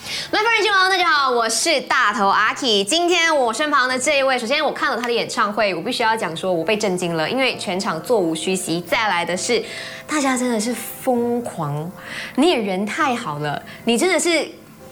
My f r i e n d 王，大家好，我是大头阿 K。今天我身旁的这一位，首先我看了他的演唱会，我必须要讲说，我被震惊了，因为全场座无虚席。再来的是，大家真的是疯狂，你也人太好了，你真的是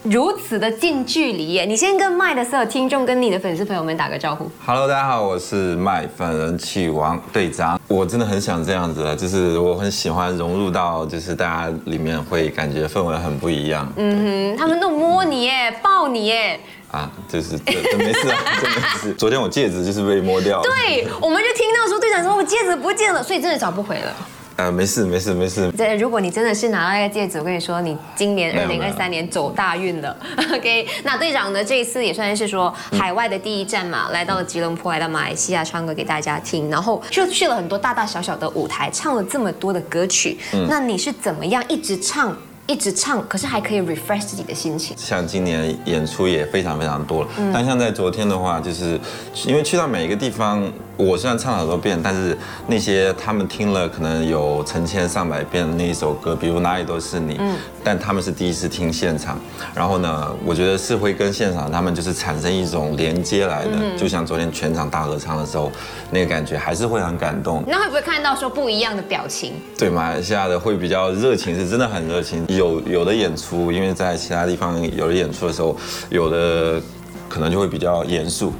如此的近距离耶！你先跟麦的所有听众跟你的粉丝朋友们打个招呼。 Hello，大家好，我是麦粉人气王队长。我真的很想这样子了，就是我很喜欢融入到，就是大家里面会感觉氛围很不一样。嗯嗯，他们都摸你耶，抱你耶。啊，就是这这没事啊，这没事。昨天我戒指就是 被摸掉了。对，我们就听到说队长说我戒指不见了，所以真的找不回了。呃，没事没事没事。对，如果你真的是拿到那个戒指，我跟你说，你今年没二有没零有二三年走大运了。OK，那队长呢，这一次也算是说海外的第一站嘛，来到了吉隆坡，来到马来西亚唱歌给大家听，然后就去了很多大大小小的舞台，唱了这么多的歌曲。嗯那你是怎么样一直唱？一直唱，可是还可以 refresh 自己的心情。像今年演出也非常非常多了，但像在昨天的话，就是因为去到每一个地方，我虽然唱了很多遍，但是那些他们听了可能有成千上百遍的那一首歌，比如哪里都是你，但他们是第一次听现场，然后呢，我觉得是会跟现场他们就是产生一种连接来的，就像昨天全场大合唱的时候，那个感觉还是会很感动。那会不会看到说不一样的表情？对马来西亚的会比较热情，是真的很热情。有有的演出，因为在其他地方有的演出的时候，有的可能就会比较严肃。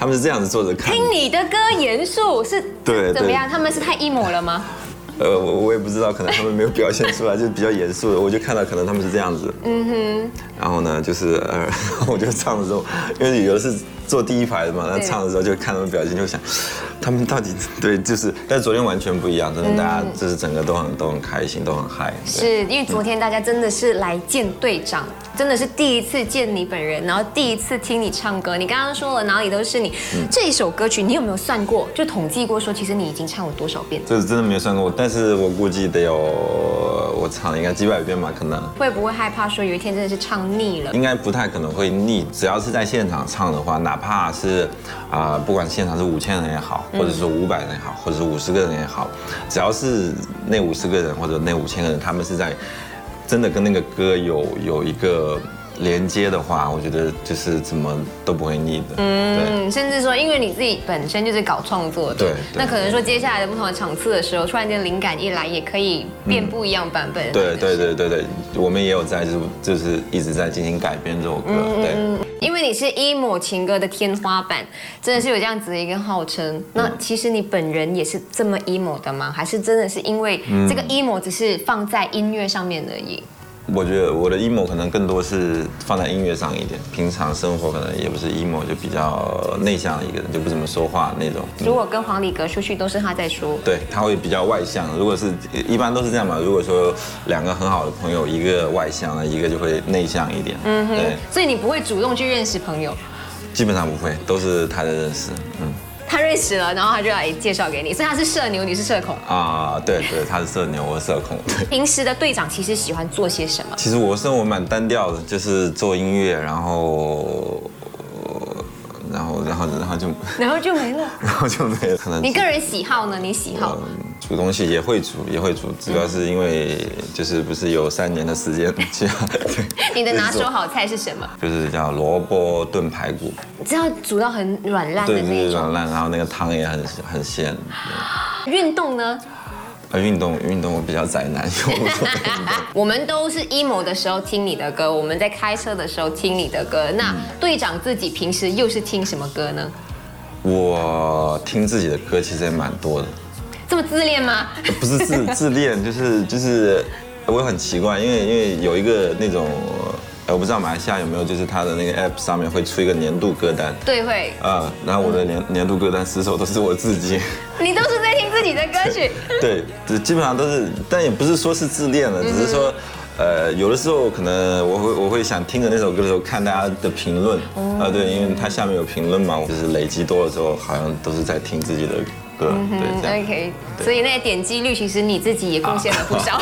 他们是这样子坐着看，听你的歌严肃是对怎么对样？他们是太 emo 了吗？呃，我我也不知道，可能他们没有表现出来，就是比较严肃的。我就看到可能他们是这样子，嗯哼。然后呢，就是呃， 然后我就唱的时候，因为有的是坐第一排的嘛，那对唱的时候就看他们表情，就想他们到底对，就是，但是昨天完全不一样，真的，大家就是整个都很都很开心，都很嗨。对是因为昨天大家真的是来见队长，真的是第一次见你本人，然后第一次听你唱歌。你刚刚说了哪里都是你，这一首歌曲你有没有算过？就统计过说，其实你已经唱了多少遍？这真的没有算过，但是我估计得有我唱了应该几百遍吧，可能会不会害怕说有一天真的是唱腻了？应该不太可能会腻。只要是在现场唱的话，哪怕是啊、不管现场是五千人也好，或者是五百人也好，或者是五十个人也好，只要是那五十个人或者那五千个人，他们是在真的跟那个歌有有一个连接的话，我觉得就是怎么都不会腻的。嗯，嗯，甚至说，因为你自己本身就是搞创作的，对对那可能说接下来的不同的场次的时候，突然间灵感一来，也可以变不一样版本。对对对对对，我们也有在就是就是一直在进行改编这首歌，对。因为你是 emo 情歌的天花板，真的是有这样子的一个号称。那其实你本人也是这么 emo 的吗？还是真的是因为这个 emo 只是放在音乐上面而已？我觉得我的 emo 可能更多是放在音乐上一点，平常生活可能也不是 emo，就比较内向的一个人，就不怎么说话那种。如果跟黄礼格出去，都是他在说。对，他会比较外向。如果是一般都是这样嘛。如果说两个很好的朋友，一个外向，一个就会内向一点。嗯对，所以你不会主动去认识朋友，基本上不会，都是他的认识。嗯他认识了，然后他就来介绍给你，所以他是社牛，你是社恐。啊，对对，他是社牛，我是社恐。 对。平时的队长其实喜欢做些什么？其实我生活蛮单调的，就是做音乐，然后，然后，然后，然后就， 然后就没了。然后就没了。可能你个人喜好呢？你喜好？嗯，煮东西也会煮，也会煮，主要是因为就是不是有三年的时间去，对 你的拿就是手做好菜是什么？就是叫萝卜炖排骨，只要煮到很软烂的对，就那一是种。软烂，然后那个汤也很很鲜。运动呢？呃，运动运动我比较宅男，因为我不做 运动 我们都是 emo 的时候听你的歌，我们在开车的时候听你的歌。那队长自己平时又是听什么歌呢？我听自己的歌其实也蛮多的，这么自恋吗？ 不是自自恋，就是就是，我很奇怪，因为因为有一个那种，呃我不知道马来西亚有没有，就是它的那个 app 上面会出一个年度歌单。对，会。啊，然后我的年年度歌单十首都是我自己，你都是在听自己的歌曲，对，这基本上都是，但也不是说是自恋了，只是说，呃，有的时候可能我会我会想听着那首歌的时候看大家的评论，啊，对，因为它下面有评论嘛，就是累积多了之后，好像都是在听自己的歌， 对，这样。 OK。所以那个点击率，其实你自己也贡献了不少。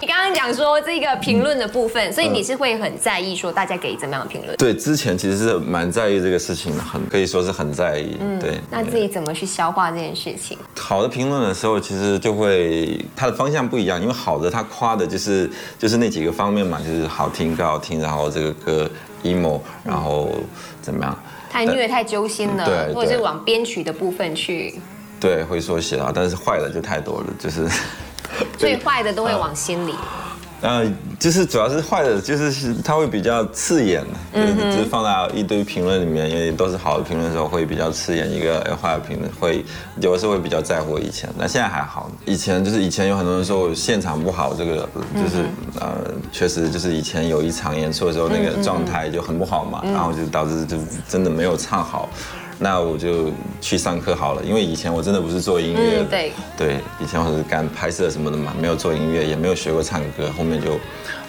你刚刚刚讲说这个评论的部分，所以你是会很在意说大家给怎么样的评论？对，之前其实是蛮在意这个事情的，很可以说是很在意。对，那自己怎么去消化这件事情？好的评论的时候，其实就会它的方向不一样，因为好的他夸的就是就是那几个方面嘛，就是好听、歌好听，然后这个歌 emo，然后怎么样？太虐、太揪心了，对对或者是往编曲的部分去，对，会说写啊，但是坏的就太多了，就是。最坏的都会往心里。呃，就是主要是坏的，就是是它会比较刺眼，嗯就是就是放到一堆评论里面，因为都是好的评论的时候会比较刺眼，一个呃坏的评论会有的时候会比较在乎以前，那现在还好，以前就是以前有很多人说我现场不好，这个嗯就是、呃确实就是以前有一场演出的时候那个状态就很不好嗯嘛，然后就导致就真的没有唱好。那我就去上课好了，因为以前我真的不是做音乐的、嗯对对，以前我是干拍摄什么的嘛，没有做音乐，也没有学过唱歌，后面就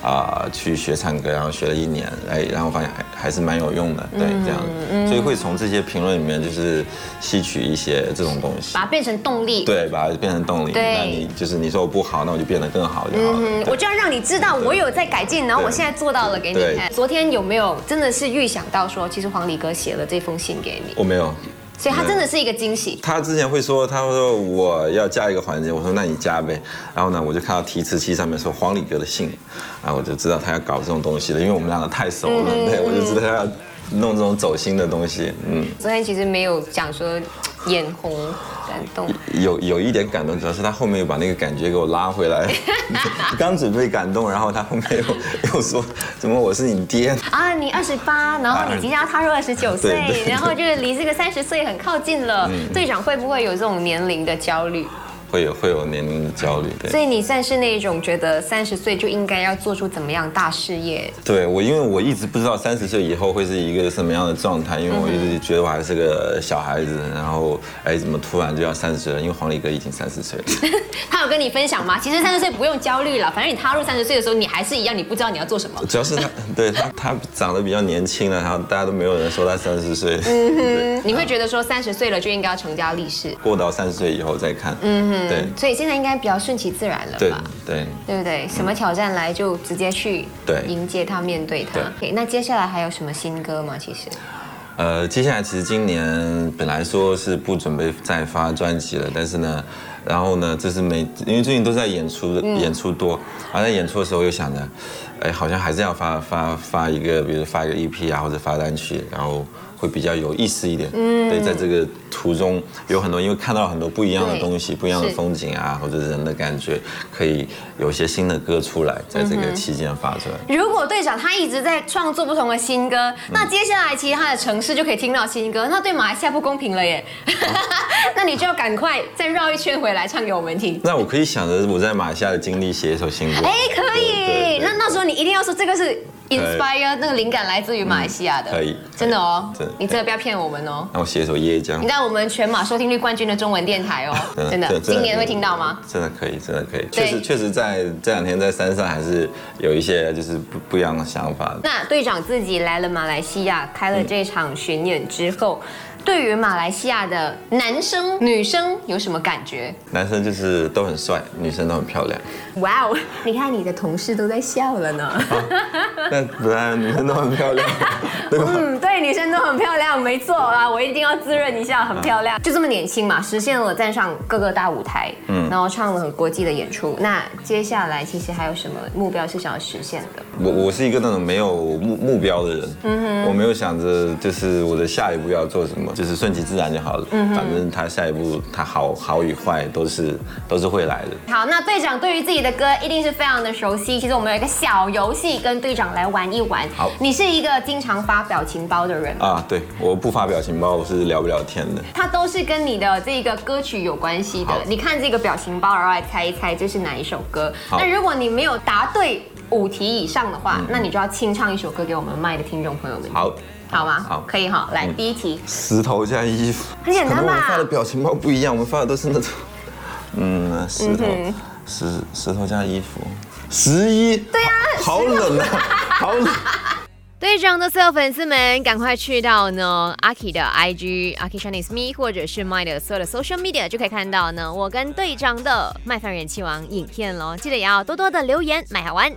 啊、去学唱歌，然后学了一年，哎，然后发现还还是蛮有用的，对，嗯这样，所以会从这些评论里面就是吸取一些这种东西把。它变成动力，对，把它变成动力。对那你就是你说我不好，那我就变得更好就好了。嗯，对我就要让你知道我有在改进，然后对我现在做到了给你对看。昨天有没有真的是预想到说，其实黄礼哥写了这封信给你，我没有，所以他没有真的是一个惊喜。他之前会说，他说我要加一个环节，我说那你加呗。然后呢，我就看到提词器上面说黄礼哥的信，然后我就知道他要搞这种东西了，因为我们两个太熟了，对我就知道他要弄这种走心的东西。嗯，昨天其实没有讲说眼红感嗯动，有有一点感动，主要是他后面又把那个感觉给我拉回来，刚准备感动，然后他后面又又说怎么我是你爹，啊，你二十八，然后你即将要踏入二十九岁对对，对嗯然后就是离这个三十岁很靠近了。队长会不会有这种年龄的焦虑？会有会有年龄的焦虑。对。所以你算是那种觉得三十岁就应该要做出怎么样大事业？对我，因为我一直不知道三十岁以后会是一个什么样的状态，因为我一直觉得我还是个小孩子，然后哎，怎么突然就要三十岁了？因为黄磊哥已经三十岁了，他有跟你分享吗？其实三十岁不用焦虑了，反正你踏入三十岁的时候，你还是一样，你不知道你要做什么。主要是他，对他他长得比较年轻啊了，然后大家都没有人说他三十岁，对你会觉得说三十岁了就应该要成家立室，过到三十岁以后再看，嗯对所以现在应该比较顺其自然了对吧？对，对不对？什么挑战来就直接去对迎接它，面对它对。 OK，那接下来还有什么新歌吗？其实呃，接下来其实今年本来说是不准备再发专辑了，但是呢，然后呢，就是每因为最近都在演出嗯的、演出多，而在演出的时候又想着，哎，好像还是要发发发一个，比如发一个 EP 啊，或者发单曲，然后会比较有意思一点。嗯，对，在这个途中有很多，因为看到了很多不一样的对东西，不一样的是风景啊，或者人的感觉，可以有一些新的歌出来，在这嗯个期间发出来。如果队长他一直在创作不同的新歌，那接下来其他的城市就可以听到新歌，那对马来西亚不公平了耶。哦 那你就要赶快再绕一圈回来唱给我们听。那我可以想着我在马来西亚的经历写一首新歌。哎，可对以。对那那时候你一定要说这个是 inspire 那个灵感来自于马来西亚的，嗯可以真的哦可以真的。你真的不要骗我们哦。那我写一首《夜江》你。在我们全马收听率冠军的中文电台哦，嗯真的，今年会听到吗？？真的可以，真的可以。对确实，确实在这两天在山上还是有一些就是不不一样的想法。那队长自己来了马来西亚，开了这场巡演之后，对于马来西亚的男生、女生有什么感觉？男生就是都很帅，女生都很 漂亮。哇哦，你看你的同事都在笑了呢。那不然女生都很漂亮，对吧？ 嗯，对，女生都很漂亮，没错啊，我一定要滋润一下，很漂亮，就这么年轻嘛，实现了站上各个大舞台，嗯，然后唱了很国际的演出。那接下来其实还有什么目标是想要实现的？我我是一个那种没有目目标的人，嗯我没有想着就是我的下一步要做什么，就是顺其自然就好了。嗯反正他下一步他好好与坏都是都是会来的。好，那队长对于自己的歌一定是非常的熟悉。其实我们有一个小游戏跟队长来玩一玩。好你是一个经常发表情包的人吗，啊，对，我不发表情包，我是聊不了天的。它都是跟你的这个歌曲有关系的好。你看这个表情包，然后来猜一猜这是哪一首歌。好嗯那如果你没有答对五题以上的话，那你就要清唱一首歌给我们麦的听众朋友们。，好，好吗？好，嗯可以哈。来，第一题，石头加衣服，很简单吧可能我们发的表情包不一样，我们发的都是那种，嗯，石头，石啊石头加衣服，十一。对呀、好冷啊，好冷。对这样的所有粉丝们，赶快去到呢阿 k 的 IG 阿 k Chinese Me，或者是 My 的所有的 social media，就可以看到呢我跟队长的麦饭人气王影片喽。记得也要多多的留言，麦好玩。